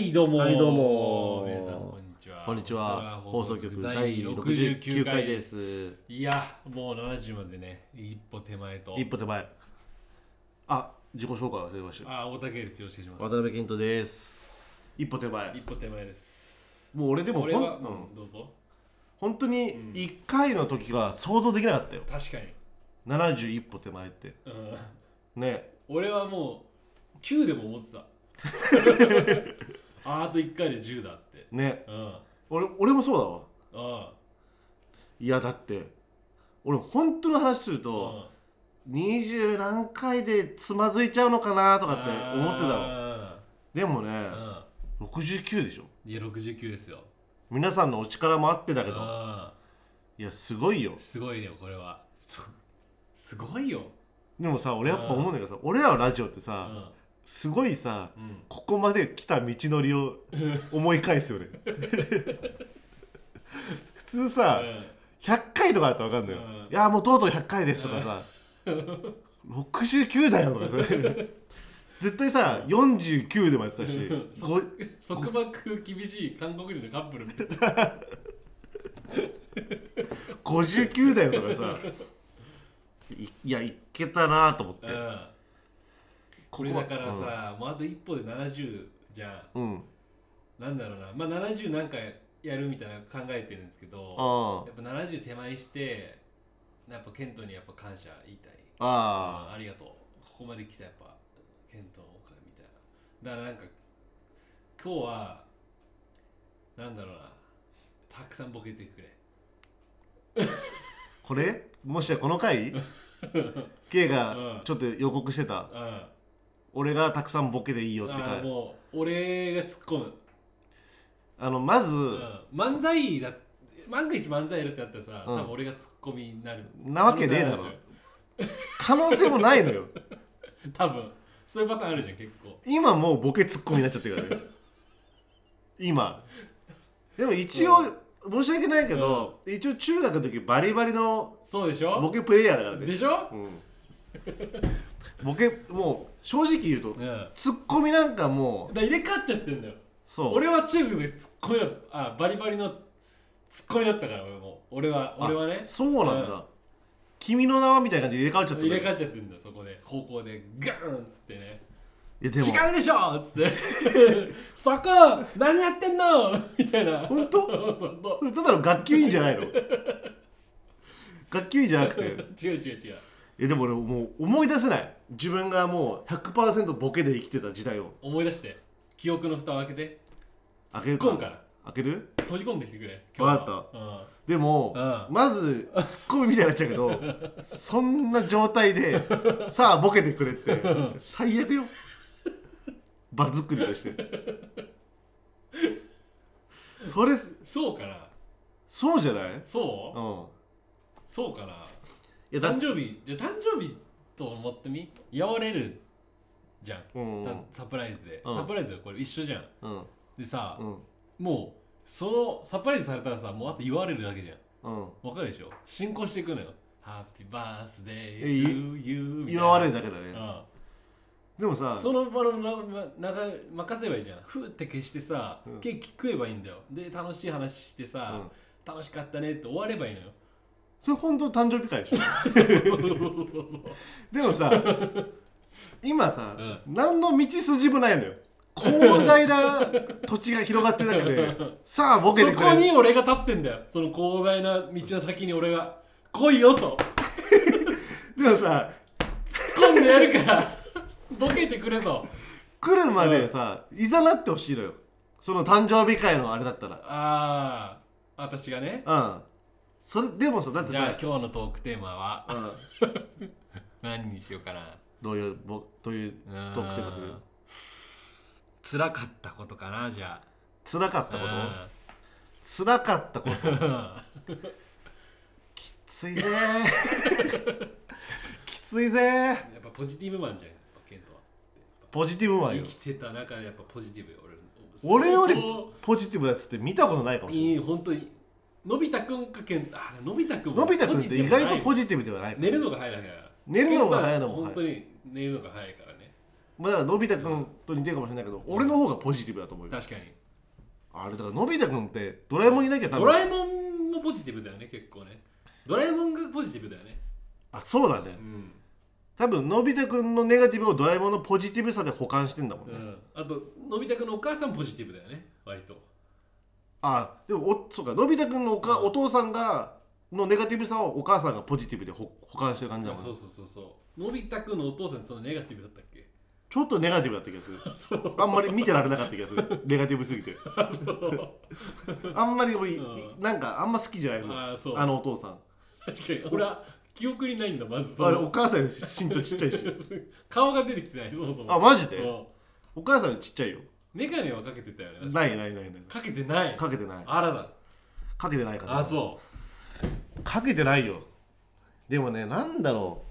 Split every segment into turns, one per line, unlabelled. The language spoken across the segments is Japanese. はいどうも
はいどうも
皆さんこんにちは
こんにちは。
放
放
送
送
局
局
第
第
69
69
回
回
で
ですす。
いやもう70までね一歩手前と
一歩手前。あ、自己紹介忘れました。
あ大竹ですよろしくお願いしま
渡
す
辺健人です。一歩手前
一。歩手前です
もう俺でも
俺
ほん、う
は、
ん
うん、どうぞ
本当に1回の時が想像できなかったよ。
確かに、
71歩手前って。
うん、
ね。
俺はもう9でも思っ てたああと1回で10だって
ね。
うんあ
俺俺もそうだわ。
あ
いや、だって。俺本当の話する
う
と、
ん
二十何回でつまずいちゃうのかなとかって思ってたの
あ
でもね
あうん
69でしょ
いや69ですよ
皆さんのお力もあってだけど
あ
いやすごいよ
あすごいねこれはそうすごいよ
でもさ俺やっぱ思うんだけどさ俺らのラジオって
う
さ
ん
すごいさ
うん
ここまで来た道の りを思い返すよね 普通さ100回とかだったら分かんの
うん
よ「いやもうとうとう100回です」とかさ「69だよ」とかさ絶対さ49でもやってたし
うんそ
ご
束縛厳しい韓国人のカップルみたいな
59だよとかさいいやいけたなと思って
うんこれだからさ、もうあと一歩で70じゃ
うんうん
んなんだろうなまあ70なんかやるみたいなの考えてるんですけど
あ
やっぱ70手前にしてやっぱケントにやっぱ感謝言いたい
ああ
ありがとうここまで来たやっぱケントのおかげみたいなだからなんか今日はなんだろうなたくさんボケてくれ
これもしやこの 回 K がちょっと予告してた
うんあ
俺がたくさんボケでいいよって
ー
回
もう俺が突っ込む
あのまず、
うん漫才だ万が一漫才やるってなったらさ、
うん
多分俺がツッコミになる
なわけねえだろ
可能性ある
可能性もな いのよ
じゃん多分そういうパターンあるじゃん結構
今もうボケツッコミになっちゃってるからね今でも一応、申し訳ないけど、一応中学の時バリバリの
そうでし
ボ
ょ
ケプレイヤーだからね
でしょ、
うん、ボケもう正直言うと
うん、だか
ツッコミなんかもう
ら入れ替わっちゃってんだよ
そう
俺は中学でツッコミだあバリバリのツッコミだったから俺も俺は俺はね
あそうなんだ、
うん
君の名はみたいな感じで入れ替わっちゃったん
入
だ
れ
よ
替わっちゃってんだよそこで高校でガーンっつってね
いやでも
違うでしょっつって そこ何やってんのみたいな
本当それただの学級委員じゃないの学級委員じゃなくて
違う違う違う
えでも俺もう思い出せない自分がもう100%ボケで生きてた時代を
思い出して記憶の蓋を開けて
開ける
突っ込むから
開ける
閉じ込んできてくれ
わか
った、うん
でも、
う
まずツッコミみたいになっちゃうけどそんな状態でさあボケてくれって最悪よ場作りとしてそれ
そうかな
そうじゃないうん
そう、そうかない
やだ
誕生日じゃあ誕生日と思ってみやわれるじゃん、
うん
たサプライズで、
うん
サプライズがこれ一緒じゃん
うん
でさ、
うん
もうそのサプライズされたらさもうあと言われるだけじゃん
うん
わかるでしょ進行していくのよハッピーバースデー
えい
to you
言われる
だ
だけだね
うん
でもさ
その場のななな任せればいいじゃんふーって消してさ、
うん
ケーキ食えばいいんだよで楽しい話してさ、楽しかったねって終わればいいのよ
それ本当の誕生 日会でし
そ
ょ
うそうそうそうそう
でもさ今さ、
う
何の道筋もないのよ広大な土地が広がってる中でさあボケて
そ
く
こ
れ
に俺が立ってんだよその広大な道の先に俺が来いよと
でもさ
突っ込んでやるからボケてくれと
来るまでさ、いざなってほしいのよその誕生日会のあれだったら
ああ私がね
うんそれでもさだって
じゃあ
さ、
今日のトークテーマは
うん、
何にしようかな
どういうぼどういうトークテーマする
つらかったことかなじゃ
辛かったこと
あ
辛かったこと
うん
きつ いねーきついねー
やっぱポジティブマンじゃんやっぱケントは
ポジティブマン
生
よ
きてた中でやっぱポジティブよ
俺
俺
より
相当
ポジティブなやつって見たことないかもしれない
いい本当にのび太くんかケントあのび太くんも
のび太くんって意外と
ポジ
ポジティブではない
ティブじゃない寝るのが早いだから
寝るのが早いのも
ケントは本当に寝るのが早いからね
まあだからのび太くんと似てるかもしれないけど俺の方がポジティブだと思うよ
確かに
あれだからのび太くんってドラえもんいなきゃ多
ドラ
分
えもんもポジティブだよね結構ねドラえもんがポジティブだよね
あそうだね
うん、
多分のび太くんのネガティブをドラえもんのポジティブさで補完してんだもん
う
ね、
ん、あとのび太くんのお母さんポジティブだよね割と
あでもおそうかのび太くんのおかお父さんがのネガティブさをお母さんがポジティブでほ補完してる感じだもん
そう
ね
そうそうそうのび太くんのお父さんそのネガティブだったっけ
ちょっとネガティブだった気がする
そう
あんまり見てられなかった気がするネガティブすぎて
そう
あんまり俺、
うん
なんかあんま好きじゃないのあ
ああそう
のお父さん
確かに俺は記憶にないんだまずそ
あれお
の
母さんより身長ち っちゃいし
顔が出てきてないそもそも
あマジで
そ
お母さんよりちっちゃいよ
うメガネはかけてたよね
ないないないない
かけてない
かけてない
あらだ
かけてないから
あそ
かけてないよでもねなんだろ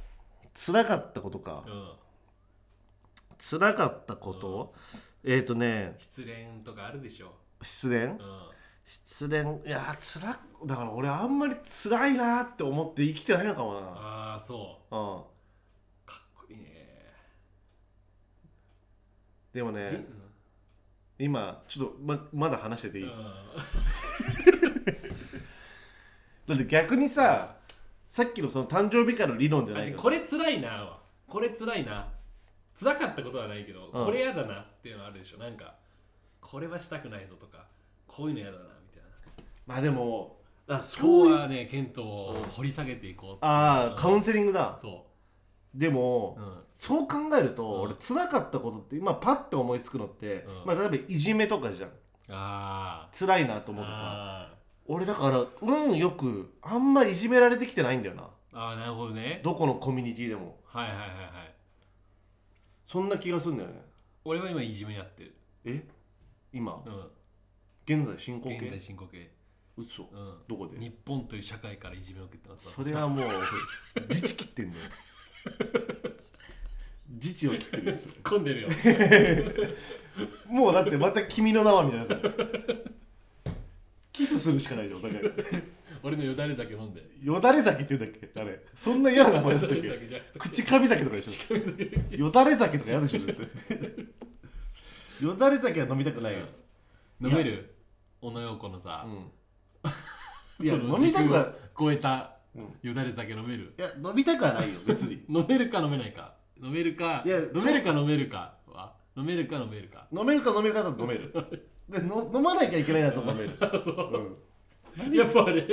う辛かったことか
う、うん、
辛かったこと、えっ、ー、とね
失恋とかあるでしょ、
失恋
うん、
失恋いやー辛っだから俺あんまり辛いなーって思って生きてないのかもな
ああそう
うん
かっこいいね
でも
じう
ね
ん
今ちょっとままだ話してていい、
う
だって逆にささっきのその誕生日会の理論じゃ
ん
な
あ
い
じ
け
ゃあ
ど
これつらいなはこれつらいなつらかったことはないけど、
うん
これやだなっていうのあるでしょなんかこれはしたくないぞとかこういうのやだなみたいな
まあでもあ
今
そう
日
いう
はね検討を掘り下げていこうっていう
ああカウンセリングだ
そ
でも、
う、うん、
そう考えると、
うん
俺辛かったことって今パッて思いつくのって、
うん
まあ、例えばいじめとかじゃん
あ
辛いなと
ー
思うとさ
あ
俺だから運よくあんまいじめられてきてないんだよな
ーあーなるほどね
どこのコミュニティでも
はいはいはいはい
そんな気がするんだよね
俺は今いじめやってる、
え今
う
現在進行
ん、現在
形
進行形、
嘘
うん、
どこで
日本という社会からいじめを受けてます
それはもう自治切ってんだよ 自治を切ってるよ
突っ込んでるよ
もうだってまた君の名はみたいになってるキスするしかないじゃんお互い
俺のよだれ酒飲んで
よだれ酒って言うんだっけあれそんな嫌な名前だった
よ
っ
だれ
け
酒じゃなくて
口かみ酒とかでしょよだれ酒とか嫌でしょだってよだれ酒は飲みたくないよ、
飲める小野陽子のさ、
うん、いや
その
飲みたくは
時空を超えた
うん
よだれ酒飲める
いや飲みたくはないよ別に
飲めるか飲めないか飲めるか
いや
飲めるか飲めるかは飲めるか飲める か
飲めるか飲めるかだと飲めるでの飲まなきゃいけないなと飲める、
そう
うん、
やっぱあれ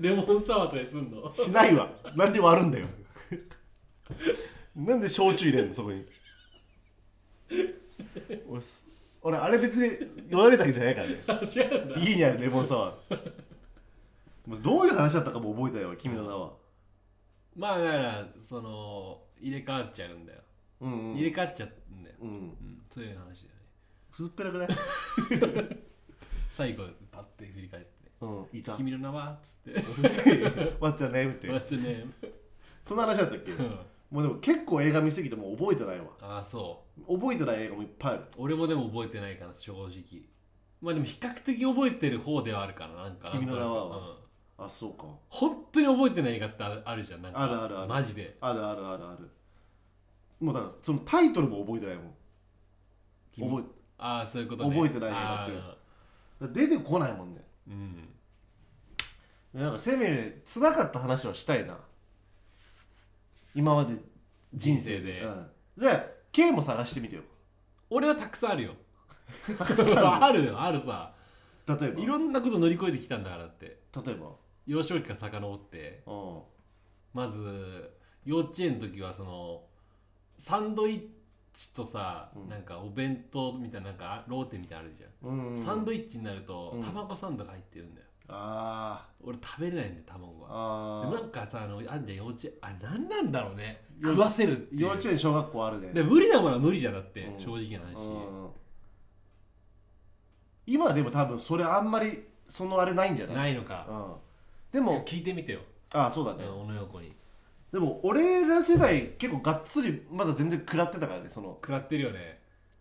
レモンサワーとかにすんの
しないわなんで割るんだよ なんで焼酎入れんのそこに俺す俺あれ別によだれだけじゃないからね
あ違うんだ
家にあるレモンサワーもうどういう話だったかも覚えてないわ君の名は
まあだからその入れ替わっちゃうんだよ、
うんう
入れ
ん、
替わっちゃうんだよ、
うん、
うん、そういう話だよね
薄っぺらくない、
最後パッて振り返って
うん、い
「
た
君の名は?」っつって
わっちゃんねっ
「
て
What's your name？
そんな話だったっけ
うん
もうでも結構映画見すぎてもう覚えてないわ
ああそう
覚えてない映画もいっぱいある
俺もでも覚えてないかな正直まあでも比較的覚えてる方ではあるかななんか
君の名は
うん、
あそうか
本当に覚えてない映画ってあるじゃんなんか
あるあるある
マジで
あるあるあるあるもうだからそのタイトルも覚えてないもん
君
覚
ああそういうことね
覚えてない映画って
あ
え出てこないもんね
ーうん
なんかせめつらかった話はしたいな今まで人生
人生で
でうん、じゃあ K も探してみてよ
俺はたくさんあるよ
たくさん あ
あるよあるさ
る例え
いろんなこと乗り越えてきたんだからって
ば例えば
幼少期から遡って
うん
まず幼稚園の時はそのサンドイッチとさ、
うん
なんかお弁当みたいななんかローテみたいなのあるじゃん、
うん
サンドイッチになると
うん
卵サンドが入ってるんだよ
あ
俺食べれないんで卵
ー
はでもな
あ
んかさあのあんじゃん幼稚園あれ何なんだろうね
幼
食わせるってい
ー
う
幼稚園小学校あるね
で無理なものは無理じゃんだって、
うん
正直な話、
うん今でも多分それあんまりそのあれないんじゃない
ないのかち
うん、で
ょっ
も
と聞いてみてよ
あそうだ
あ
ね、
の小野横に
でも俺ら世代結構がっつりまだ全然食らってたからねその
食らってるよね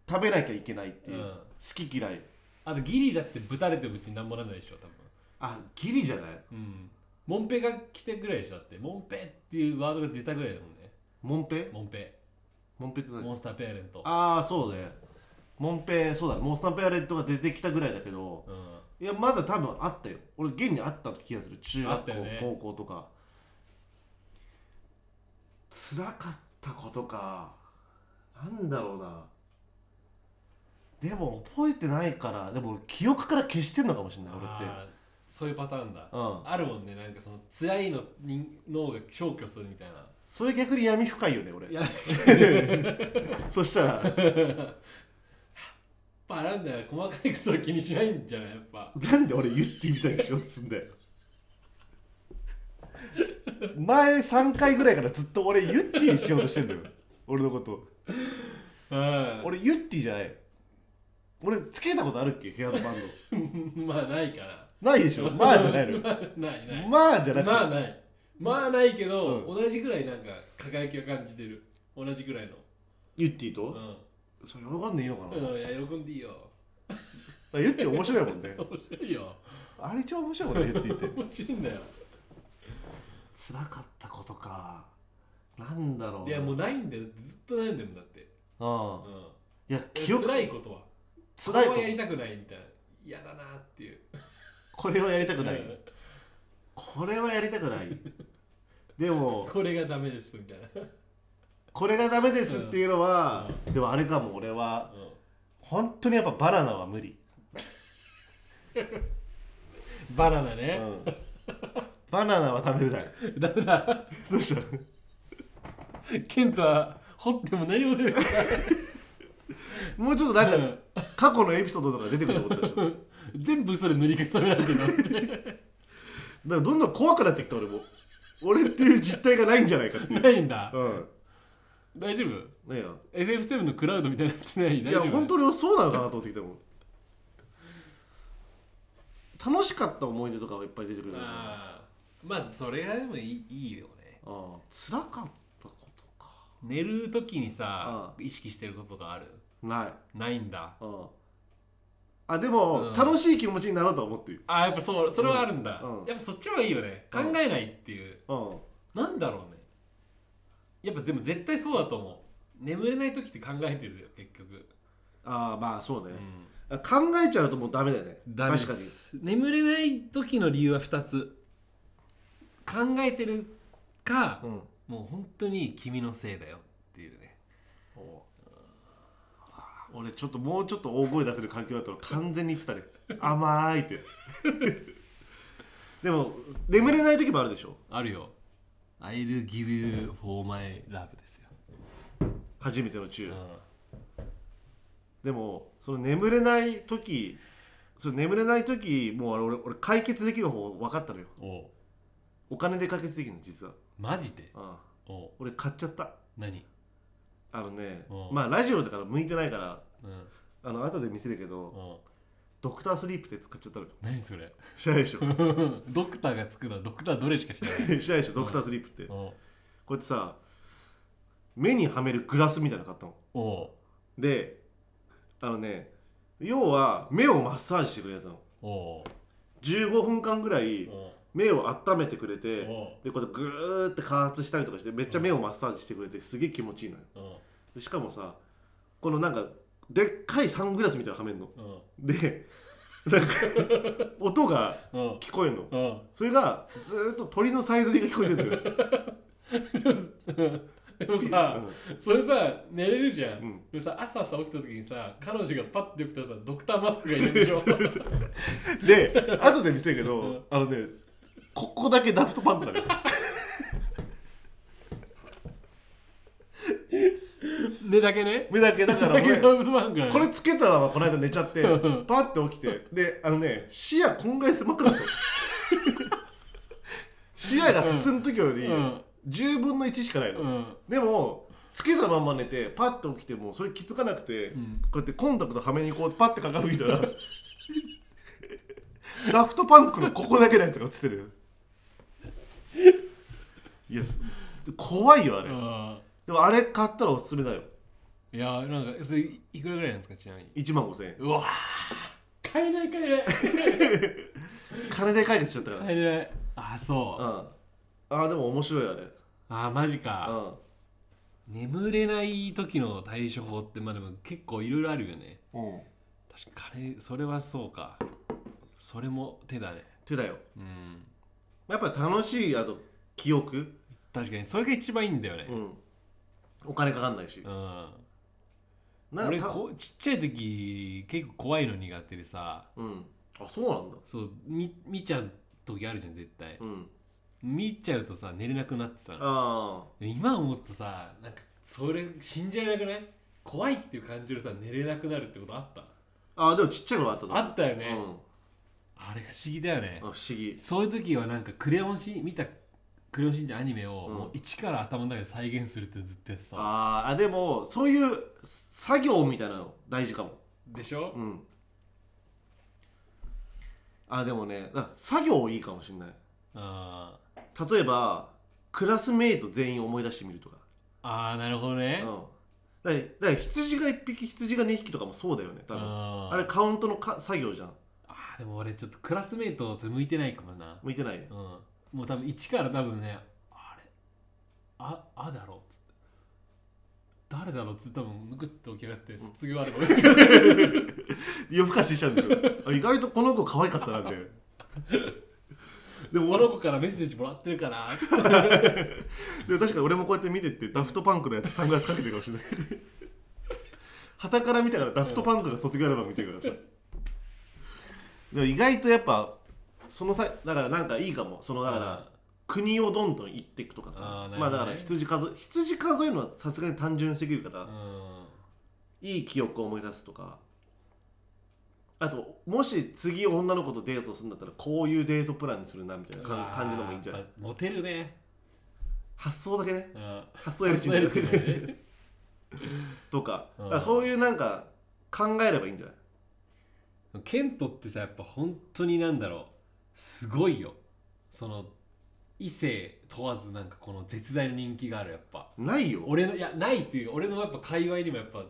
食べなきゃいけないっていう、
うん
好き嫌い
あとギリだってぶたれても別に何もなんないでしょ多
あギリじゃない
分うんモンペが来てぐらいでしょだってモンペっていうワードが出たぐらいだもんね
モンペ
モンペ
モンペって何
モンスターペアレント
ああそうねモンペそうだねモンスターペアレントが出てきたぐらいだけど
うん
いやまだ多分あったよ俺現にあった気がする中
あっ
学校、
たよね
高校とか辛かったことかなんだろうなでも覚えてないからでも俺記憶から消してんのかもしれない俺って
あーそういうパターンだ、
うん
あるもんねなんかその辛いのに脳が消去するみたいな
それ逆に闇深いよね俺
いや
そしたら
やっぱなんだよな細かいことは気にしないんじゃないやっぱ
なんで俺言ってみたいでしょっつうんだよ前3回ぐらいからずっと俺ユッティにしようとしてんだよ俺のこと
うん
俺ユッティじゃない俺つけたことあるっけヘアドバ ン
まあないから
ドないでしょまあじゃないのよ
まあないない
まあじゃなくて、
まあないまあないけど、
う
同じぐらいなんか輝きを感じてる同じぐらいの
ユッティ
う
と、
ん、
それ喜んでいいのかな、だか
うん、いや喜んでいいよ
らユッティ面白いもんね
面白いよ
あれ一番面白いもんねユッティって
面白いんだよ
辛かったことかなんだろうない
やもうないんだよずっとないんだもんだって、
あ
う
あ
ん、
いや
い
記
や
憶
辛いことは
辛い
こ
こ
れはやり
と
たくないみたいな嫌だなっていう
これはやりたくな
う
い、
ん
これはやりたくない でも
これがダメですみたいな、
これがダメですっていうのは、でもあれかも俺は
う
本当にやっぱバナナは無理、
ん、バナナ
う
ね、
ん、バナナは食べれない
ダメだ
どうした
ケントは掘っても何も出てこ
もうちょっとなん
な
か、
いうん
過去のエピソードとか出てくると思ったでしょだか
全部それ塗り固められてるなって
らどんどん怖くなってきた俺も俺っていう実態がないんじゃないかっていう
ないんだ
うん
大丈夫
ねえよ
FF7 のクラウドみたいになってない
い
大丈
や
夫
本当にそうなのかなと思ってきたもん楽しかった思い出とかはいっぱい出てくるじゃないですか
あーまあそれがでもいいいいよね
ああ辛かったことか
寝る時にさ
あ
意識してることがある
ない
ないんだ
うんあでも、
うん
楽しい気持ちになろうとは思ってる
あーやっぱそうそれはあるんだ、
うんうん
やっぱそっちはいいよね考
うん
えないっていう、
うん
なんだろうねやっぱでも絶対そうだと思う眠れない時って考えてるよ結局、
ああまあそう
う
ね、
ん、
考えちゃうともうダメだよね
ダメで
確かに
す眠れない時の理由は2つ考えてるか、
うん
もう本当に君のせいだよっていうね
お俺ちょっともうちょっと大声出せる環境だったら完全に言ってたね甘いってでも眠れない時もあるでしょ
あるよ I'll give you for my love ですよ、
初めての中、
う
でもその眠れない時その眠れない時もうあれ俺俺解決できる方分かったのよ
ん、おう
お金で解決できるの実は
マジで
ああ
おう
俺買っちゃった
何
あのね
うん
まあラジオだから向いてないから
うん
あの後で見せるけど
おう
ドクタースリープって使っちゃったのよ
何それ
知らないでしょ
ドクターがつくのはドクターどれしか知らない
知らないでしょドクタースリープってこ
おう
うやってさ目にはめるグラスみたいなの買ったの
おう
であのね要は目をマッサージしてくれるやつなの
おう
15分間ぐらい
おう
目を温めてくれて
お
でこうやってグーって加圧したりとかしてめっちゃ目をマッサージしてくれてすげえ気持ちいいのよ
おう
でしかもさこのなんかでっかいサングラスみたいなのはめんの
おう
でなんか音が
おう
聞こえるの
おう
それがずーっと鳥のさえずりが聞こえてるんだよ、
でもさ、それさ、寝れるじゃん。
うん
でもさ、朝さ、起きた時にさ、彼女がパッて起きたらさ、ドクターマスクがいるでしょ。
うん、で後で見せるけどあのねここだけダフトパンダだね
寝だけね。
目だけだから
だけ
俺
ラブマンが。
これ、つけたままこの間寝ちゃってパッて起きてであのね視野こんぐらい狭くなったの視野が普通の時より
うん
10分の1しかないの、
うん。
でもつけたまんま寝てパッと起きてもそれ気づかなくて、
ん
こうやってコンタクトはめにこうパッて鏡見たら ダフトパンクのここだけのやつが映ってるよいやす怖いよあれ、
あ
でもあれ買ったらおすすめだよ
ーいやー、なんか、それ、いくらぐらいなんですか、ちなみに。
1万5000円
うわー買えない買えない
金で解決しちゃったから、
買えない。あー、そう。
うんああでも面白いあれ
あー、マジ
う
か。
ん
眠れない時の対処法ってまあでも結構いろいろあるよね
うん
確かにそれはそうかそれも手だね
手だよ
うん
やっぱ楽しいあと記憶、
確かにそれが一番いいんだよね
うん、お金かかんないし
う、ん、
なんか
俺
た
こちっちゃい時結構怖いの苦手でさ
うんあそうなんだ
そう見見ちゃう時あるじゃん絶対
うん
見ちゃうとさ寝れなくなってたの
あ
今思うとさなんかそれ信じられなくない怖いっていう感じでさ寝れなくなるってことあった
ああでもちっちゃい頃あったと思う
あったよね、
うん、
あれ不思議だよね
あ不思議
そういう時はなんかクレヨンしん見たクレヨンしんちゃんアニメを
うん
もう一から頭の中で再現するってずっとやってた
あーあでもそういう作業みたいなの大事かも
でしょ
うんあでもねだから作業いいかもしれない
あー
例えばクラスメイト全員思い出してみるとか
あーなるほどね
うん、だからだから羊が1匹羊が2匹とかもそうだよね多分
あ
あれカウントのか作業じゃん
あーでも俺ちょっとクラスメイトそれ向いてないかもな
向いてないよ
うんもう多分一から多分ねあれああだろっつって誰だろうっつって多分むくっと起き上がって卒業ア ルバム
夜更かししちゃうんでしょ あ意外とこの子可愛かったなって でも
そ
俺
の
も
子からメッセージもらってるから
でも確かに俺もこうやって見てってダフトパンクのやつサングラスかけてるかもしれない 旗から見たからダフトパンクが卒業アルバム見てくださいでも意外とやっぱそのさだからなんかいいかもそのだから、国をどんどん行っていくとかさ
あーなる
ま
ほどね
あだから羊数え羊数えるのはさすがに単純すぎるから、
うんうん
いい記憶を思い出すとかあともし次女の子とデートするんだったらこういうデートプランにするなみたいなかん感じのもいいんじゃない
やっぱモテるね
発想だけね
うん
発想やりすぎ
モテる
る
ね
とか
うん
だからそういうなんか考えればいいんじゃない
ケントってさやっぱ本当になんだろうすごいよその異性問わずなんかこの絶大な人気があるやっぱ
ないよ
俺のいやないっていう俺のやっぱ界隈にもやっぱ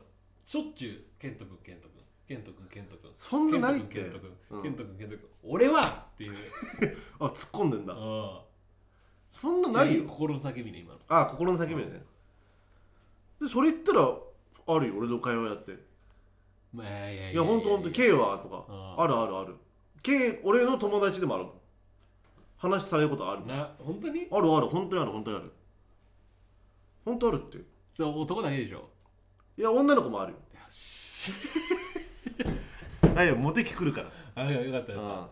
しょっちゅうケント君ケント君ケント君ケント君
そんなないっ
ケ
て
ント君
うん
ケント君ケント君ケント君俺はっていう
あ突っ込んでんだ
う
そんなんないよ
心の叫びね今の
あ心の叫びだねでそれ言ったらあるよ俺の会話だって
まあいやいや
いやほんとほんと K はとか
うん
あるあるある K 俺の友達でもあるもん話されることあるもん
な本当に
あるある本当にある本当にある本当あるってい
そう男だけでしょ
や女の子もあるよ
よし
ないよモテ期来るから
あいやよかったよ
うん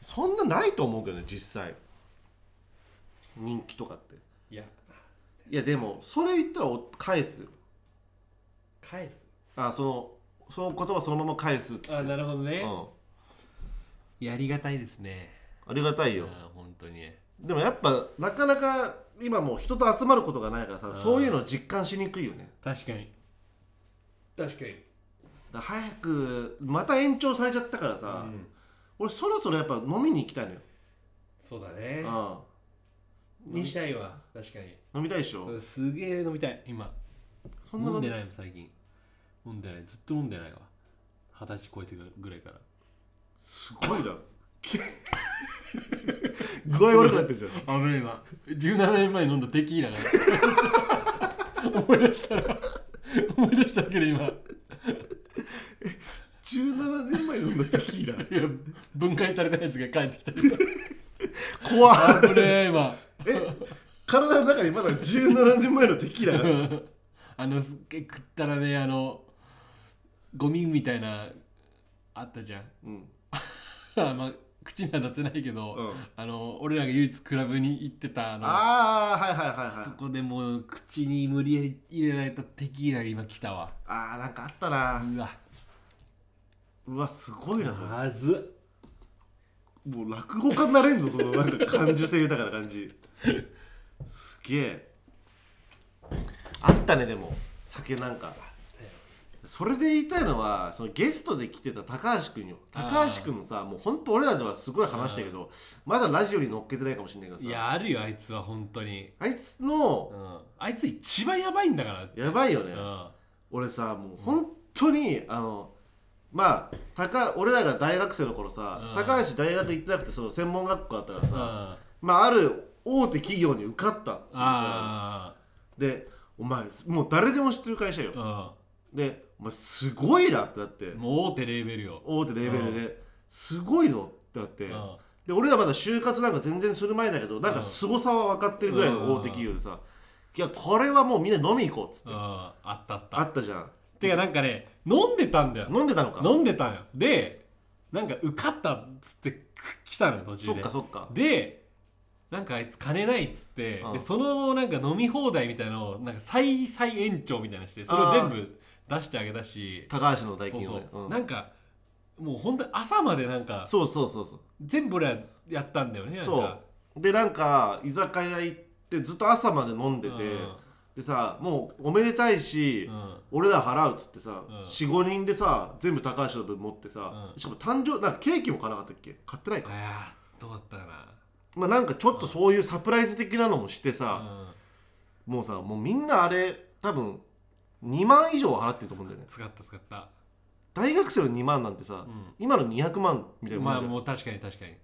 そんなないと思うけどね実際人気とかって
いや
いやでもそれ言ったらお返すよ
返す
あそのその言葉そのまま返すって
あなるほどね
うん
やりがたいですね
ありがたい
い
よ、
本当に
でもやっぱなかなか今もう人と集まることがないからさ、
ん
そういうの実感しにくいよね
確かに確かに
だから早くまた延長されちゃったからさ、
うん
俺そろそろやっぱ飲みに行きたいのよ、
そうだね
うん、
飲みたいわ確かに
飲みたいでしょ、
うんすげえ飲みたい今
そんな
飲ん
の
でないもん最近飲んでないずっと飲んでないわ二十歳超えてぐらいから
すごいな 具合悪くなってるじゃん
あぶねえ今17年前に飲んだテキーラが 思い出したら思い出したけど今い
17年前飲んだテキーラ
や分解されたやつが帰ってきた
怖
あ
っ
ぶねえ今
え体の中にまだ17年前のテキーラが
あのすっげえ食ったらねあのゴミみたいなあったじゃん
うん
あまあ口には出せないけど、
うん
あの俺らが唯一クラブに行ってたあの
ああはいはいはい
そ
はい
こでもう口に無理やり入れられたテキーラが今来たわ
あーなんかあったな
うわ
うわすごいなそれ
まずっ
もう落語家になれんぞそのなんか感受性豊かな感じすげえあったねでも酒なんかそれで言いたいのはそのゲストで来てた高橋君よ高橋君さもう本当俺らではすごい話したけどまだラジオに乗っけてないかもしれないけどさ
いやあるよあいつは本当に
あいつの
うんあいつ一番やばいんだから
やばいよね、
うん
俺さもう本当に、あのまあ高俺らが大学生の頃さ、
うん
高橋大学行ってなくてその専門学校だったからさ、
うんあ
まあ、ある大手企業に受かった
あ
でお前もう誰でも知ってる会社よ
う
でお前すごいなってなって
ん、もう大手レーベルよ、
大手レベルですごいぞってなって
うん
で俺らまだ就活なんか全然する前だけどなんか凄さは分かってるぐらいの大手企業でさいやこれはもうみんな飲み行こうっつって
うん、あったあった
あったじゃん
てかなんかね飲んでたんだよ
飲んでたのか
飲んでたんよでなんか受かったっつってく来たのよ途中
そっ
で
かそっか
でなんかあいつ金ないっつって、
うん
でそのなんか飲み放題みたいのをなんか再再延長みたいなのしてそれを全部出してあげたし
高橋の代
そう
金
そ
を
う
ね、うん
なんかもう本当に朝までなんか
そうそうそうそう
全部俺はやったんだよねなんか
そうでなんか居酒屋行ってずっと朝まで飲んでて、でさもうおめでたいし、
うんうん
俺ら払うっつってさ、
うん
45人でさ全部高橋の分持ってさ、
うん
しかも誕生なんかケーキも買わなかったっけ買ってない
あ
か、
やーどうだったか
まあ、なんかちょっとそういうサプライズ的なのもしてさ、
な、うん、
もうさもうみんなあれ多分2万以上払ってると思うんだよね
使った使った、
大学生の2万なんてさ、
うん
今の200万みたいなもん
まあ
じゃん
もう確かに確かに、う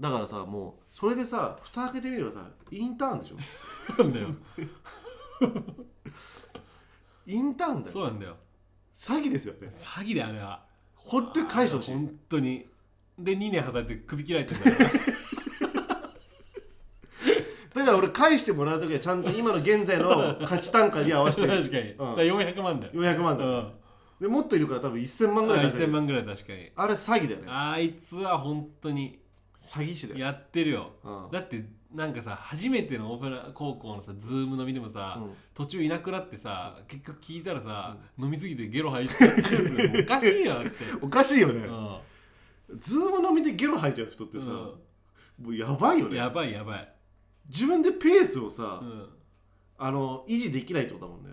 だからさもうそれでさ蓋開けてみればさインターンでしょ
ん、そうなん だよ
インターンだよ
そうなんだよ
詐欺ですよね
詐欺だよあれは
ほって返してほしい
本当にで2年働いて首切られてんだ から
だから俺返してもらう時はちゃんと今の現在 の価値単価に合わせ
確
て
かに、だ
ん
から400万だよ、
400万
う
だ
ん、
でもっといるから多分1000万ぐらい出せ
1000
る
万ぐらい確かに
あれ詐欺だよね
あいつは本当に
詐欺師だよ
やってるよ
うん
だってなんかさ初めてのオペラ高校のさズーム飲みでもさ、
うん
途中いなくなってさ結局聞いたらさ、飲みすぎてゲロ吐いてたっていうのおかしいよだ って、
おかしいよね
うん
ズーム飲みでゲロ吐いちゃう人ってさもうやばいよ
うん、
ね
やばいやばい、
自分でペースをさ
うん、
あの維持できないってことだもんね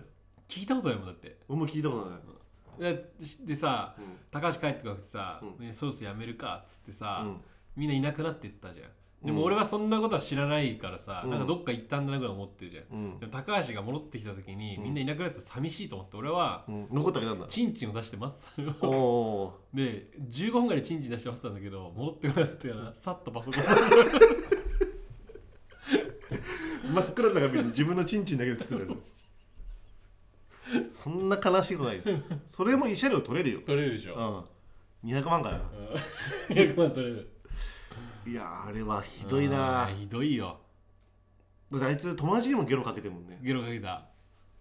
聞いたことないもんだって
俺も聞いたことない
ででさ、
うん
高橋帰ってこなくてさ、
う
ねそろそろやめるかっつってさ、
うん
みんないなくなってったじゃんで
う
も
ん
俺はそんなことは知らないからさ、
うん
なんかどっか行ったんだなぐらい思ってるじゃん、
うん
でも高橋が戻ってきた時に
うん
みんないなくなってたら寂しいと思って俺は
うん残ってあげたんだ
チンチンを出して待ってたのよ
おお
で15分ぐらいチンチン出して待ってたんだけど戻ってこなかったからさっとパソコン
ー真っ暗の中見る自分のチンチンだけ映ってたよそんな悲しいことないよそれも慰謝料 取れるよ
取れるでし
う
ょ、
ん200万かな
うん、100万取れる
いやーあれはひどいな
あーひどいよ
だってあいつ友達にもゲロかけてるもんね
ゲロかけた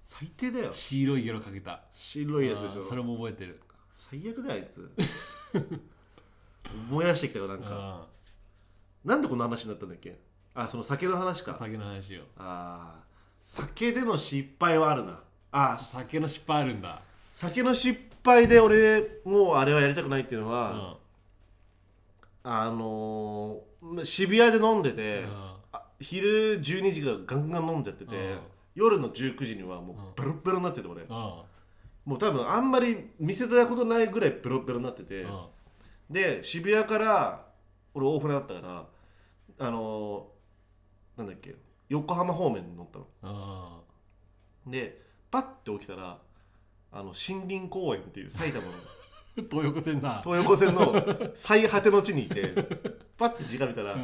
最低だよ
白いゲロかけた
白いやつ
あー
でし
そ
ょ
れも覚えてる
最悪だよあいつ燃やしてきたよなんか
あ
なんでこんな話になったんだっけあその酒の話か
酒の話よ
あー酒での失敗はあるなあー
酒の失敗あるんだ、
酒の失敗で俺もうあれはやりたくないっていうの
うん
は、あのー渋谷で飲んでて、
うん
あ昼12時からガンガン飲んじゃってて、
うん
夜の19時にはもうベロッベロになってて俺、
うん
もう多分あんまり見せたことないぐらいベロッベロになってて、
うん
で渋谷から俺大船だったからあのーなんだっけ横浜方面に乗ったの
うん
でパッて起きたらあの森林公園っていう埼玉の
東横線だ
東横線の最果ての地にいてパッて時間見たら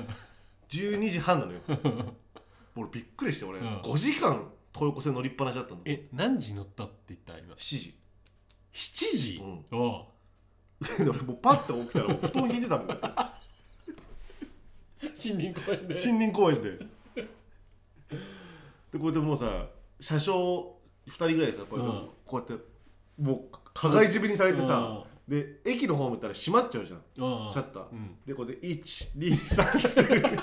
12時半なのよ俺びっくりして俺、
うん
5時間東横線乗りっぱなしだったの7
え何時に乗ったって言った今
時
7時、
う
おう
で俺もうパッて起きたらもう布団引いてたもん森
森林公園で
林公園ででこうやってもうさ車掌2人ぐらいでさこうやって,、
うん
こうやってもう加害締めにされてさ、で駅のホーム行ったら閉まっちゃうじゃん
うん
シャッター、
うん
でこれで123って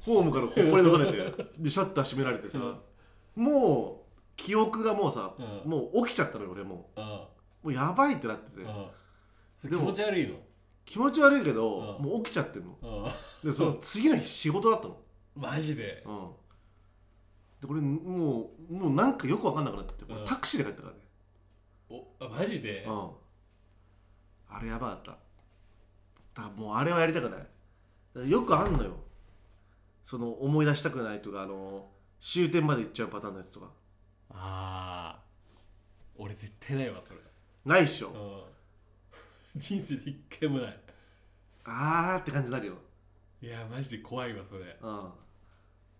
ホームからほっぽり出されてでシャッター閉められてさ、もう記憶がもうさ、
うん
もう起きちゃったのよ俺も
うん
うもうやばいってなってて、
うんそれ
で
気
も
持ち悪いの
気持ち悪いけど、
うん
もう起きちゃってんの
うん
でその次の日仕事だったの、
マジで
うん、でこれもうもうなんかよく分かんなくなっててこれ
うん
タクシーで帰ったからね、
おあマジで
うん、あれやばかっただからもうあれはやりたくないだからよくあんのよその思い出したくないとかあの終点まで行っちゃうパターンのやつとか
ああ俺絶対ないわそれ
ないっしょ、
うん 人生で一回もない
あーって感じになるよ、
いやマジで怖いわそれ
うん、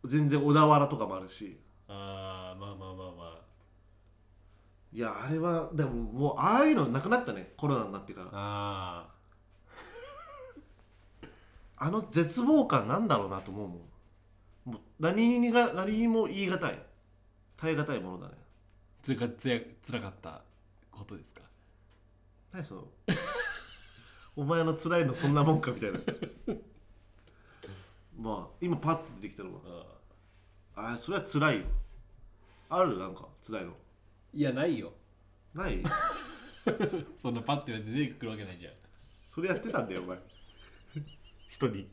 全然小田原とかもあるし
あああまあまあまあま
いやあれはでももうああいうのなくなったねコロナになってから
ああ
あの絶望感なんだろうなと思うもんもう何にが何にも言い難い耐え難いものだね
それがつやつらかったことですか
何そのお前の辛いのそんなもんかみたいなまあ今パッと出てきたのは
あ
ああそれは辛いよあるなんか辛いの
いやないよ
ない
そんなパッて言われて出てくるわけないじゃん
それやってたんだよお前人に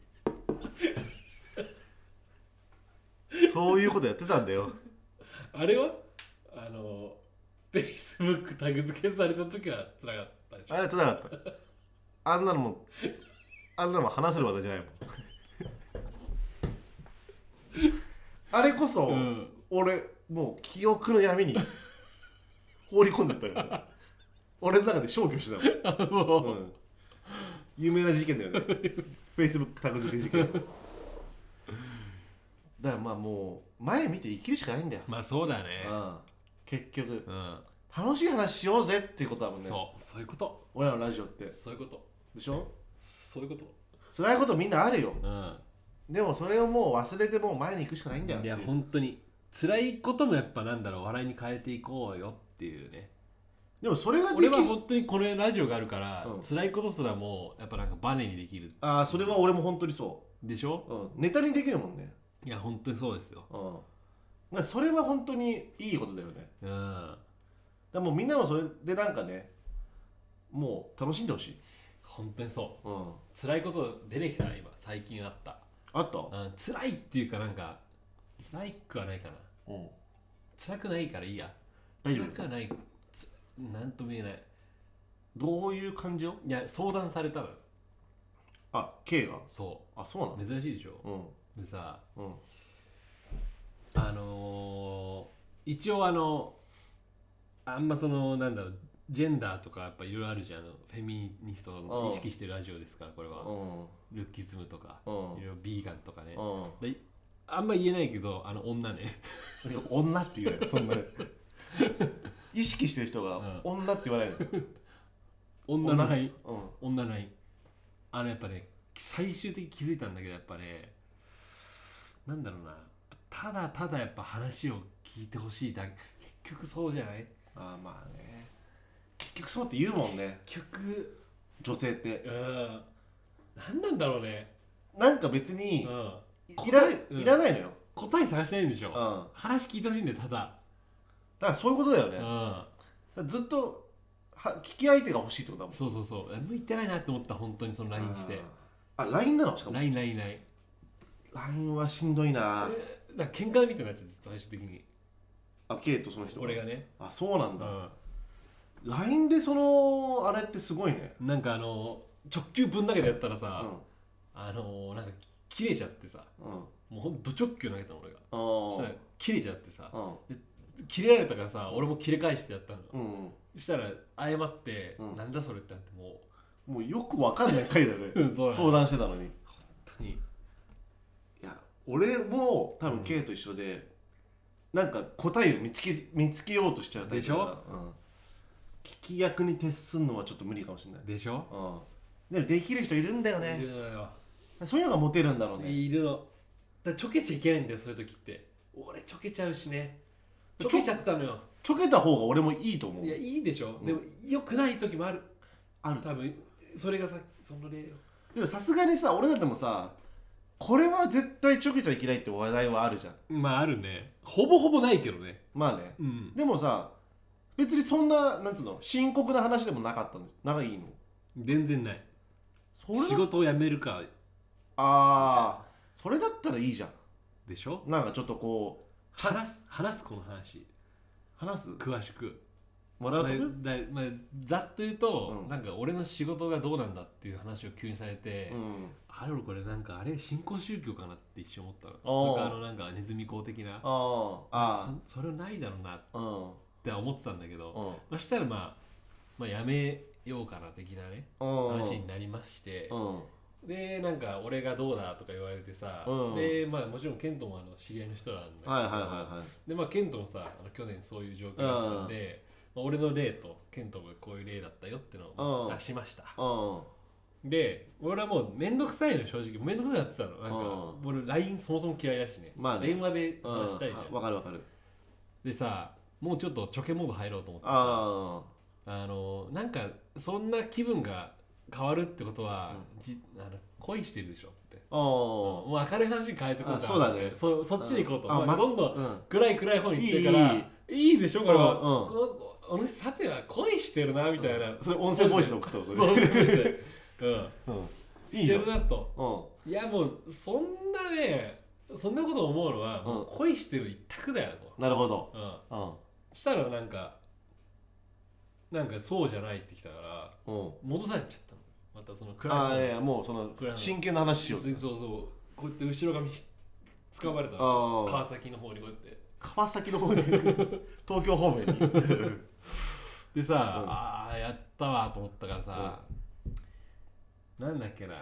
そういうことやってたんだよ
あれはあの Facebook タグ付けされた時はつらかったでしょ
あれはつらかったあんなのもあんなのも話せる話題じゃないもんあれこそ、
うん
俺もう記憶の闇に放り込んでったから俺の中で消去して
あ
たも
の
ん、うん、有名な事件だよね Facebook タグ付け事件だからまあもう前見て生きるしかないんだよ、
まあそうだね
うん、結局
うん
楽しい話しようぜっていうことだもんね
そうそういうこと
俺らのラジオって
そういうこと
でしょ
そういうこ
辛いことみんなあるよ
とうん
でもそれをもう忘れてもう前に行くしかないんだよ
い
ってい
や
う
本当に辛いこともやっぱなんだろう笑いに変えていこうよっていうね
でもそれができ
俺は本当にこれラジオがあるから、
うん
辛いことすらもうやっぱなんかバネにできる
ああそれは俺も本当にそ
でしょ
う、うん、ネタにできるもんね
いや本当にそうですよ
うんだからそれは本当にいいことだよねだか
うん
らもうみんなもそれでなんかねもう楽しんでほしい、
本当にそう
うん、
辛いこと出てきたな今最近あった、
あった、
うん、辛いっていうかなんか辛いくはないかな
うん、
辛くないからいいや
大
辛
丈夫
くはないつなんとも言えない
どういう感情
いや相談されたの
あ K が
そ
あそうな
う珍しいでしょ
の
でさ
うんうん
あのー一応あのあんまそのなんだろうジェンダーとかやっぱいろいろあるじゃんあのフェミニスト
う
の
ん
意識してるラジオですからこれは
うん
ルッキズムとか
うん
いろいろビーガンとかね
うん
であんま言えないけどあの女ね
女って言うなよそんな意識してる人が女って言わないの
女のライン
うん
女のラインあのやっぱね最終的に気づいたんだけどやっぱねなんだろうなただただやっぱ話を聞いてほしいだけ結局そうじゃない
あーまあね結局そうって言うもんね
結局
女性って
うん何なんだろうね、
なんか別
うん、
にい
答え
いら,、
うん
いらないのよ、
答え探してないんでし
う
ょ、
ん、だか
話聞いてほしいんだよただ、
らそういうことだよね、だか
う
らずっとは聞き相手が欲しいってことだも
ん、
ん
そうそうそう向いてないなって思った本当にその LINE して
あ LINE なのしかも
LINE LINE LINE
LINE はしんどいな
だから喧嘩みたいになっちゃって最終的に
あ K とその人
俺がね、
あそうなん
う
だ、
ん、
LINE でそのあれってすごいね
なんかあの直球ぶん投げてやったら
う
さ、
ん
あのー、なんか切れちゃってさ
うん
もうほんと直球投げたの俺が
あ
そしたら
ー
切れちゃってさ
うん
切れられたからさ俺も切れ返してやったの
うん
そしたら謝って、
うん
なんだそれってなっても
もうよくわかんない回だ ね
うんそうだね
相談してたのにいう
本当に
や俺も多
うん
分 K と一緒で、なんか答えを見つけ見つけようとしちゃうタイプだから
で
うん、聞き役に徹すんのはちょっと無理かもしれない、
でしょ、
うん、でもできる人いるんだよ
い
ね
るのよ
そういうのがモテるんだろうね
いるのだからちょけちゃいけないんだよそういう時って俺ちょけちゃうしねち
ち
ょ
ょ
けちゃったのよ
ちょけた方が俺もいいと思う
いやいいでしょ、
うん
でも良くない時もある
ある
多分それがさその例よ
でもさすがにさ俺だってもさこれは絶対ちょけちゃいけないって話題はあるじゃん
まああるねほぼほぼないけどね
まあね
うん
でもさ別にそんななんつうの深刻な話でもなかったの仲いいの
全然ない
それだ
仕事を辞めるか
ああそれだったらいいじゃん
でしょ
なんかちょっとこう
話す話すこの話
話す
詳しく、
もら
まあ
うとく
だまあ、ざっと言うと、
うん
なんか俺の仕事がどうなんだっていう話を急にされて、
うん
あれ俺これなんかあれ新興宗教かなって一瞬思ったのそ
おー
れからあのなんかネズミ講的な
あああ
そそれはないだろうなっ
あうん
て思ってたんだけど、
うん
そしたらまあまあやめようかな的なね
うん
話になりまして、
うん
でなんか俺がどうだとか言われてさ、
うん
でまあもちろんケントもあの知り合いの人なんだけど、
はいはいはいはい
でまあケントもさあの去年そういう状況だったんで、まあ、俺の例とケントがこういう例だったよってのを
うん
出しました、
うん
で俺はもう面倒くさいの正直面倒くさくなってたのなんか、俺 LINE そもそも嫌いだしね,、
まあね
電話で
うん
話したいじゃん、
わかるわかる
でさもうちょっとチョケモード入ろうと思ってさ
あ
あのなんかそんな気分が変わるってことは、じあの恋してるでしょって
ああ
もう明るい話に変えてこうか
あそうだね
そそっちに行こうと、
あ
まあ
ま
どんどん
うん
暗い暗い方に行ってるからい
い
いでしょこれは、
うんうん
このこの人さては恋してるなみたいな、
それ音声ボイスで送ったのそ
そう
れ
そうそううん
うんい
して
いじゃん
るなと
うん
いやもうそんなねそんなこと思うのは、
ん
もう恋してる一択だよ
なるほど
と、うん、
う
したらなんかなんかそうじゃないってきたから
んうん
戻されちゃったのまたその暗い
あ
方
あ
に
いやいやもうその
暗い
真剣な話しよう
そうそうそうこうやって後ろ髪ひ掴まれたの
あ
川
あ
崎の方にこうやって
川崎の 方に東京方面に
でさ、
うん
ああやったわと思ったからさ、なんだっけな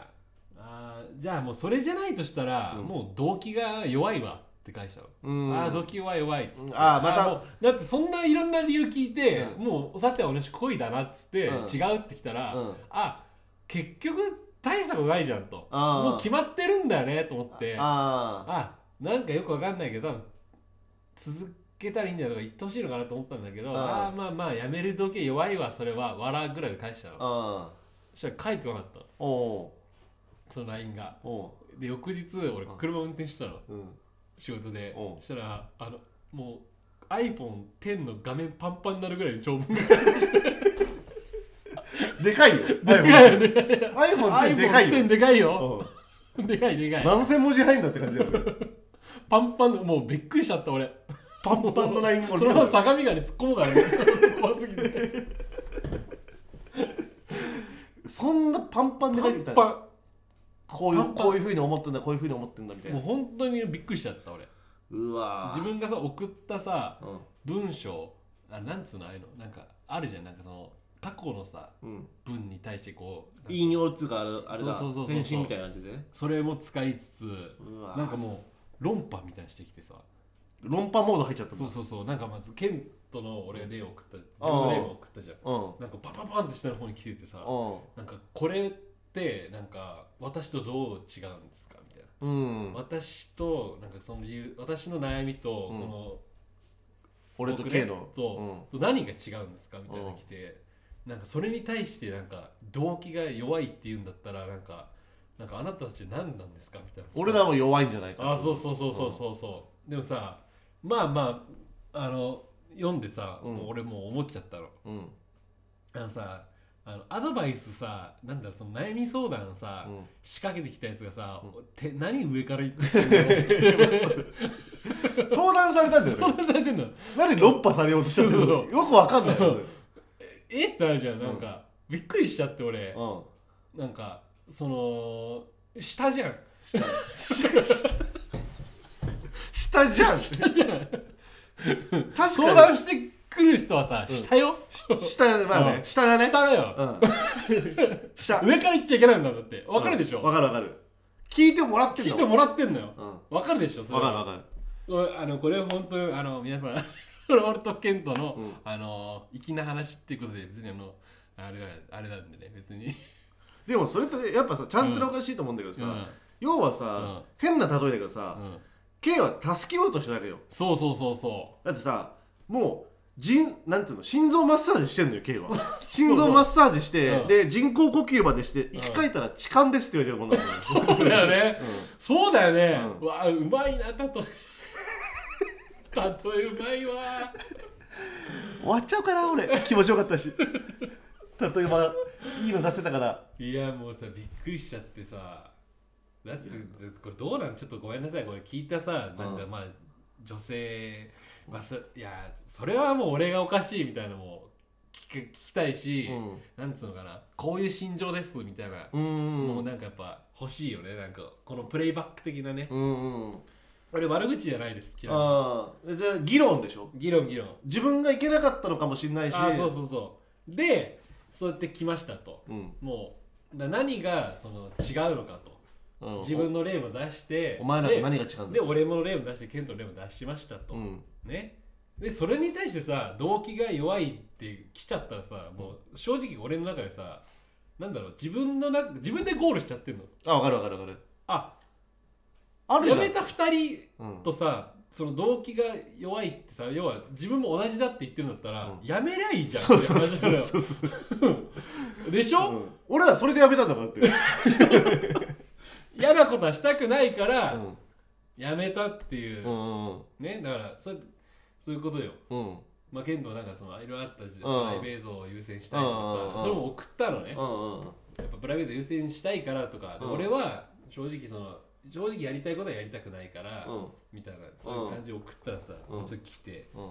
あーじゃあもうそれじゃないとしたら、
うん
もう動機が弱いわって返したの、
うん
ああ動機弱い弱いっつって、
うんあーまた
もうだってそんないろんな理由聞いて、
う
もうさては俺恋だなっつって、
うん
違うってきたら、
うん
あ結局大したことないじゃんと
あー
もう決まってるんだよねと思ってあ
あ
なんかよくわかんないけど続けたらいいんだよとか言ってほしいのかなと思ったんだけど
あ
ああーまあまあやめる時計弱いわそれは笑うぐらいで返した
あ
の
あ
そしたら帰ってこなかったの
おお
その LINE が
うお
で翌日俺車運転してたの
ううん
仕事で
おう
そしたらあのもう iPhone10 の画面パンパンになるぐらいの長 文が
でかいよ iPhone ってでかい
iPhone10
よ
でかいよ
うん
でかいでかい
何千文字入んだって感じだよね
パンパンのもうびっくりしちゃった俺
パンパンのライン
そのまま相模川に突っ込むからね 怖すぎて
そんなパンパンで
パ
書いてき
ン
た
パ
のこうい
パン
う
パン
こういうふうに思ってんだこういうふうに思ってんだみた
ン
い
もう
な
本当にびっくりしちゃった俺
うわー
自分がさ送ったさ
うん
文章あなんつうのああいうのなんかあるじゃんなんかその過去のさ
うん
文に対してこう
引用っつうかあれあれだ
そうそうそうそう
転身みたいな感じでね
それも使いつつ
うわー
なんかもう論破みたいにしてきてさ
論破モード入っちゃったん
そ
だ
うそうそうなんかまずケントの俺例を送った自分の例も送ったじゃん
うん
なんかパパパンって下の方に来ててさ
う、
なんかこれってなんか私とどう違うんですかみたいなん
うん、
私となんかその理由私の悩みとこ
うん
の
俺と
僕ね
K の
そうと何が違うんですかみたいなの来てなんかそれに対してなんか動機が弱いっていうんだったらなんかなんかあなたたち何なんですかみたいな
うん、俺らも弱いんじゃないか
あそうそうそうそうそうそうでもさまあまああの読んでさ、
うん
もう俺もう思っちゃったの
うん、うん
あのさあのアドバイスさなんだろうその悩み相談さ、仕掛けてきたやつがさ、て何上から言ってきてんの
相談されたんだよ
相
ね
談されてんの
何論破されようとしたんだ
そう
よ
そ
よくわかんないよ、
えってなるじゃんなんか、びっくりしちゃって俺
う、ん、
なんかその下じゃん
下じゃん下じゃん確
相
か
談
に
してくる人はさ、下よ、
下まあ
う
ね
ん
下だね
下だよ、
うん、下
上から言っちゃいけないんだもんだって わかるでしょ、
うんわ、かるわかる聞いてもらってん
聞
だ
いて
もん
もらってんのよ
うん
わかるでしょそれ
わ
は
かるわ
こ
かる
れあのこれは本当にあの皆さん 俺とケントの、
うん
あの粋な話っていうことで別にあのあれだあれなんでね別に
でもそれってやっぱさちゃんちゃらおかしいと思うんだけどさ、
うん
要は
うん
さ、変な例えだけどさ、
うん、
K は助けようとしてるわけよ
そうそうそうそ
だってさもう人なんていうの心臓マッサージしてんのよ K は心臓マッサージして、
うん
で人工呼吸までして生き返ったら痴漢ですって言われてるもんなんだ
うそうだよね、 そうだよね、
う
うわあうまいな たとたとえうまいわ
終わっちゃうかな俺気持ちよかったし例えばいいの出せたから
いやもうさびっくりしちゃってさだってこれどうなんちょっとごめんなさいこれ聞いたさなんか
うん
まあ女性まあそいやそれはもう俺がおかしいみたいなのも聞く聞きたいし、
うん
なんつうのかなこういう心情ですみたいな、
うーん
もうなんかやっぱ欲しいよねなんかこのプレイバック的なね、
うんうん
俺悪口じゃないです嫌い
ああじゃあ議論でしょ
議論議論
自分がいけなかったのかもしれないし
あーそうそうそうでそうやって来ましたと
うん
もうだ何がその違うのかと
うん
自分の例も出して
おお前らと
で
何が違うんだ
で
よ
俺も例も出してケントの例も出しましたと、
うん
ねでそれに対してさ動機が弱いって来ちゃったらさもう正直俺の中でさなんだろう自分のな自分でゴールしちゃってんの
あ分かる分かる分かる
あ
あるじ
や
ゃん
めた2
うん
人とさその動機が弱いってさ要は自分も同じだって言ってるんだったら、
うん
やめりゃいいじゃんって
そう
いう
そう
話
そ
する
う
よ
そうそ う
でしょ、
うん俺らそれでやめたんだからだって
嫌なことはしたくないから、
うん
やめたっていう、
うんうん
ねだからそれそういうことよ
うんうん
まあ、剣道なんかそのいろいろあったし、
ん
プライベートを優先したいと
うんうん
か
う
さ、
ん
それも送ったのね。や
うんうん
っぱプライベート優先したいからとか、で
うん
俺は正直その、正直やりたいことはやりたくないから、
うん
みたいな、そういう感じで送ったらさ、
うん
それ来て、
うん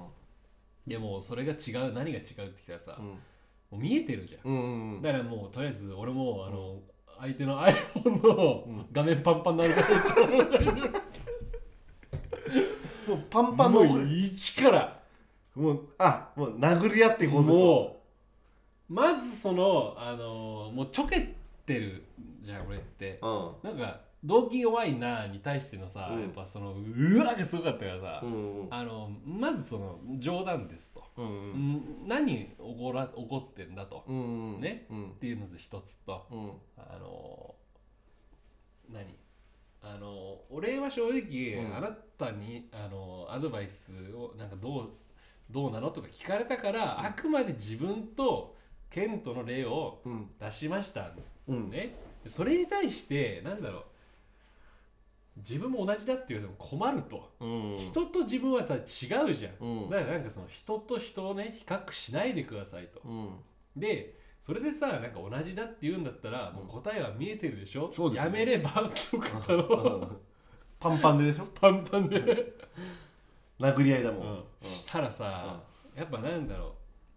でもうそれが違う、何が違うってきたらさ、
うん
もう見えてるじゃん。
うんうん
だからもうとりあえず俺もあの、相手の iPhone の画面パンパンになるから、
もうパンパンの
もう一から、
もうあもう殴り合っていこうぜと
もう、まずその、あの、もうちょけてるじゃん、俺って。
う
なんか動機弱いなに対してのさ、
うん
やっぱそのうわーがすごかったからさ、
んうんうん
あのまずその冗談ですと、
うんうん
ん何怒ら怒ってんだと、っ
うんうん
ね
うん
ていうのず一つと
うん
あの何あの俺は正直、
うん
あなたにあのアドバイスをなんかどうどうなのとか聞かれたから、あくまで自分とケントの例を
うん
出しました、
うん
ね、それに対してなんだろう自分も同じだって言われても困ると、
うん
人と自分はさ違うじゃん、
うん
だからなんかその人と人をね比較しないでくださいと
うん
でそれでさなんか同じだって言うんだったら、もう答えは見えてるでしょ
そうです
や
ね
めればとかだ
う
ろ
んパンパンででしょ
パンパンで、
殴り合いだも
うんん、したらさ、やっぱなんだろう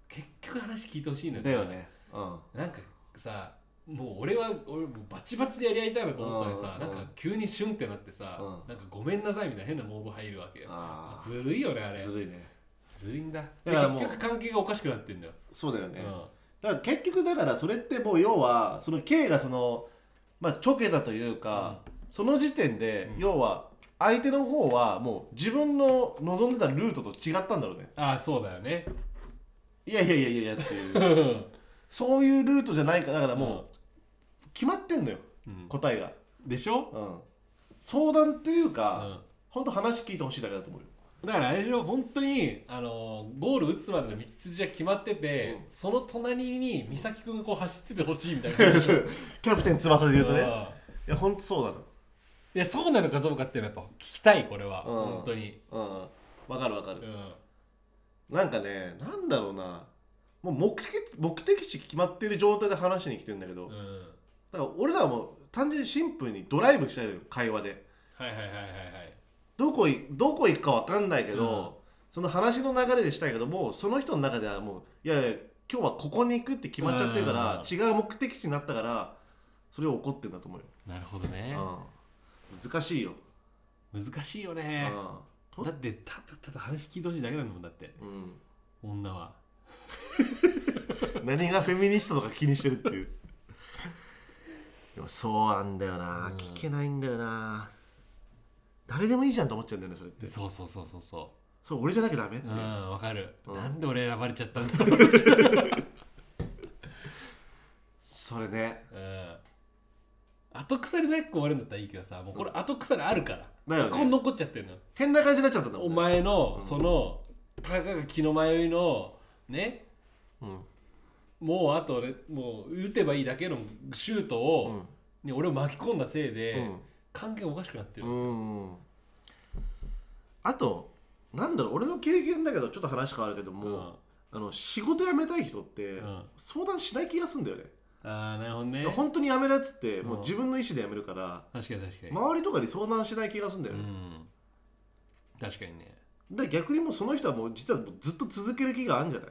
結局話聞いてほしいの
だよねうん
なんかさもう俺は俺もうバチバチでやり合いたいなと思ってたらさ、
うんうん
なんか急にシュンってなってさ、
うん
なんかごめんなさいみたいな変なモーブ入るわけよ
あ
ずるいよねあ
あ
れ
ずるいね
ずるいんだ
だからもう
結局関係がおかしくなってんだよ、
そうだよね
うん
だから結局だからそれってもう要はその K がそのまあちょけたというかその時点で
うん
要は相手の方はもう自分の望んでたルートと違ったんだろうね
ああそうだよ ね
いやいやいやいやいやっていううんそういうルートじゃないからだからもう決まってんのよ
うん
答えが
でしょ、
うん相談っていう
う
か
ん、
本当話聞いてほしいだけだと思うよ
だからあれでしょ本当にあのゴール打つまでの道筋は決まってて、
うん
その隣に美咲くんがこう走っててほしいみたいな感じでしょ
キャプテン翼で言うとね
うん
いや本当そうなの
いやそうなのかどうかっていうのはやっぱ聞きたいこれは、
うん
本当に、
うんわかるわか
う
る、
ん、
なんかねなんだろうなもう目的目的地決まってる状態で話しに来てるんだけど、
う
だか
ん
ら俺らはもう単純にシンプルにドライブしたいのよ会話で
はいはいはいはいはい
どこいどこ行くかわかんないけど、その話の流れでしたいけどもうその人の中ではもういやいや今日はここに行くって決まっちゃってるから、違う目的地になったからそれを怒ってんだと思うよ、
なるほどね、
うん、難しいよ、
難しいよね、
うん
だってただただ話聞いてほしいだけなんだもんだって
うん
女は
何がフェミニストとか気にしてるっ ていうでもそうなんだよな、
うん
聞けないんだよな誰でもいいじゃんと思っちゃうんだよねそれって
そうそうそうそうそ
それ俺じゃなきゃダメって
ううんわかる、
うん
なんで俺選ばれちゃったんだ ろう、
それね
うん、後腐れなく終わるんだったらいいけどさもうこれ後腐れあるから、
だよね
そこに残っちゃってるのよ
変な感じになっちゃったんだもん
お
ね
前のその、たかが気の迷いのね
うん
もうあとねもう打てばいいだけのシュート
う
を
ん、
ね俺を巻き込んだせいで、
うん
関係がおかしくなってる、
うんあとなんだろう俺の経験だけどちょっと話変わるけども、
うん
あの仕事辞めたい人って、
うん
相談しない気がすんだよね
ああなるほどね
本当に辞めるやつってもううん自分の意思で辞めるから、
確かに確かに、
周りとかに相談しない気がすんだ
う
よね、
ん確かにね
で逆にもうその人はもう実はもうずっと続ける気があるんじゃない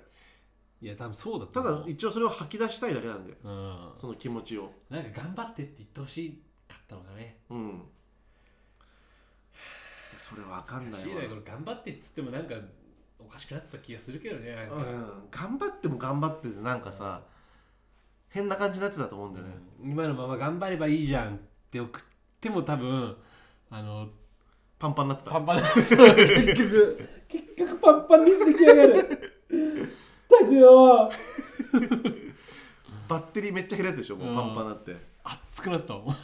いや多分そうだと
た
思
だ
う
一応それを吐き出したいだけなんで
うん
その気持ちを
なんか頑張ってって言ってほしかったのかね
うんそれわかんない
シー
わ
ライこれ頑張ってっつってもなんかおかしくなってた気がするけどねなんか
うん頑張っても頑張っててなんかさ変な感じになってたと思うんだよね、
今のまま頑張ればいいじゃんって送っても多分あの
パンパンになってた
パンパンなそう 結局結局パンパンに出来上がるったくよ
バッテリーめっちゃ減るやつでしょもうパンパンになって、
熱くなってたもん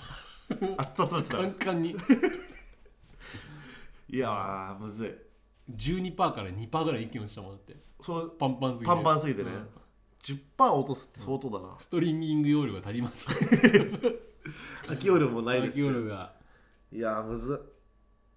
熱々なってた
カンカンに
いやーむずい
12%から2%ぐらい一気に落ちたもんだって
そう
パンパンすぎて
パンパンすぎてね、
うん
10%落とすって相当だな
ストリーミング容量が足りません
空き容量もないです、
容
ね、
量が
いやーむず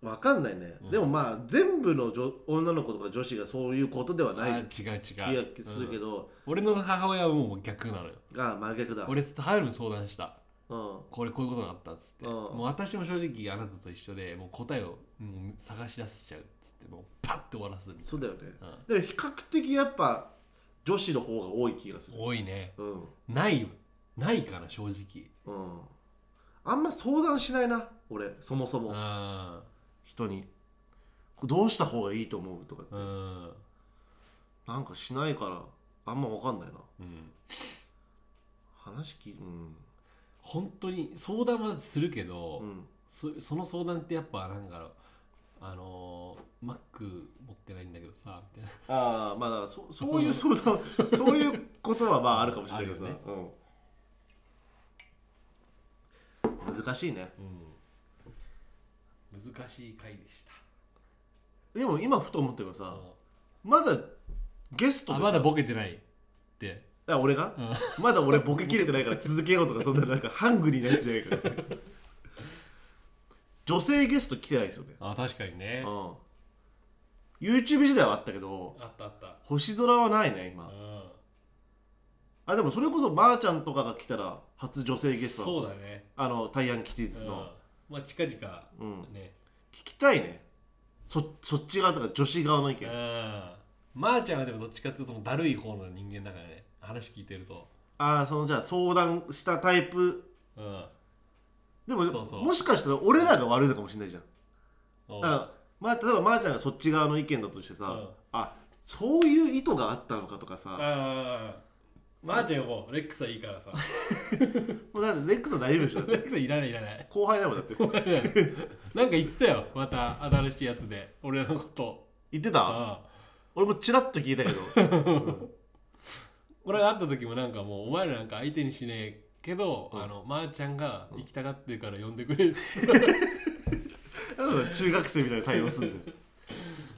いわかんないね、
うん
でもまあ全部の女女の子とか女子がそういうことでは
あ
ない
ー違う
気
違
が
う
するけど、
俺の母親はもう逆なのよ
が真逆だ
俺母親に相談した
うん
これこういうことがあったっつって、
うん
もう私も正直あなたと一緒でもう答えをもう探し出しちゃうっつってもうパッて終わらすみたい
そうだよね、
な、
でも比較的やっぱ女子の方が多い気がす
う
る
ん、多いね
うん
ないないかな正直
うんあんま相談しないな俺そもそも
あ
人にこれどうした方がいいと思うとか
ーうん
なんかしないからあんま分かんないな
うん
話聞いうん
本当に相談はするけど、
うん
そその相談ってやっぱなんだろうあのーマック持ってないんだけどさみたいな
ああまあだからそそういう相談そういうことはまああるかもしれないけど
あ
さ、
る
うん、難しいね
うん、難しい回でした
でも今ふと思ってるからさまだゲスト
あ
でさ
まだボケてないって
あ俺が、まだ俺ボケ切れてないから続けようとかそんななんかハングリーなやつじゃないから女性ゲスト来てないですよね、
あ確かにね
うん、YouTube 時代はあったけど
あったあった
星空はないね今
うん
あでもそれこそまーちゃんとかが来たら初女性ゲスト
そうだね
あのタイアンキティ
う
ズ
ん
の、
まあ近々
うん
ね
聞きたいねそそっち側とか女子側の意
う
見、
んまーちゃんはでもどっちかっていうとそのだるい方の人間だからね話聞いてると
ああそのじゃあ相談したタイプ
うん
でも
そうそう
もしかしたら俺らが悪いのかもしれないじゃん
おう
だから、まあ、例えばまーちゃんがそっち側の意見だとしてさ、
うん
あそういう意図があったのかとかさ、
あーまーちゃんはもうレックスはいいからさ
もうだってレックスは大丈夫でしょだっ
レッ
て
クスはいらないいらない
後輩だも んだって
なんか言ってたよまた新しいやつで俺のこと
言ってた
ああ
俺もチラッと聞いたけど
俺が会った時もなんかもうお前らなんか相手にしねえけど、あのまー、ちゃんが行きたがってるから呼んでくれっつって
なんか中学生みたいな対応するんだよ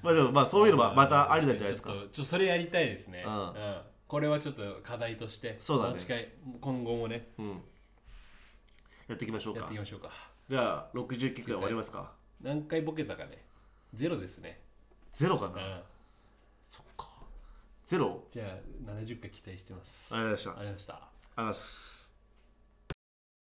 まあでもまあそういうのはまたありなんじゃないですか
ちょっとちょっとそれやりたいですね、
うん
これはちょっと課題として
そうだね
持ち帰今後もね
うんやっていきましょう
やっ
か
ていきましょうか
じゃあ69回終わりますか
何回ボケたかねゼロですね、
ゼロか
う
な、
ん、
そっかゼロ
じゃあ70回期待してます、
ありがとうございましたありがとう
ありがとうございました
ございます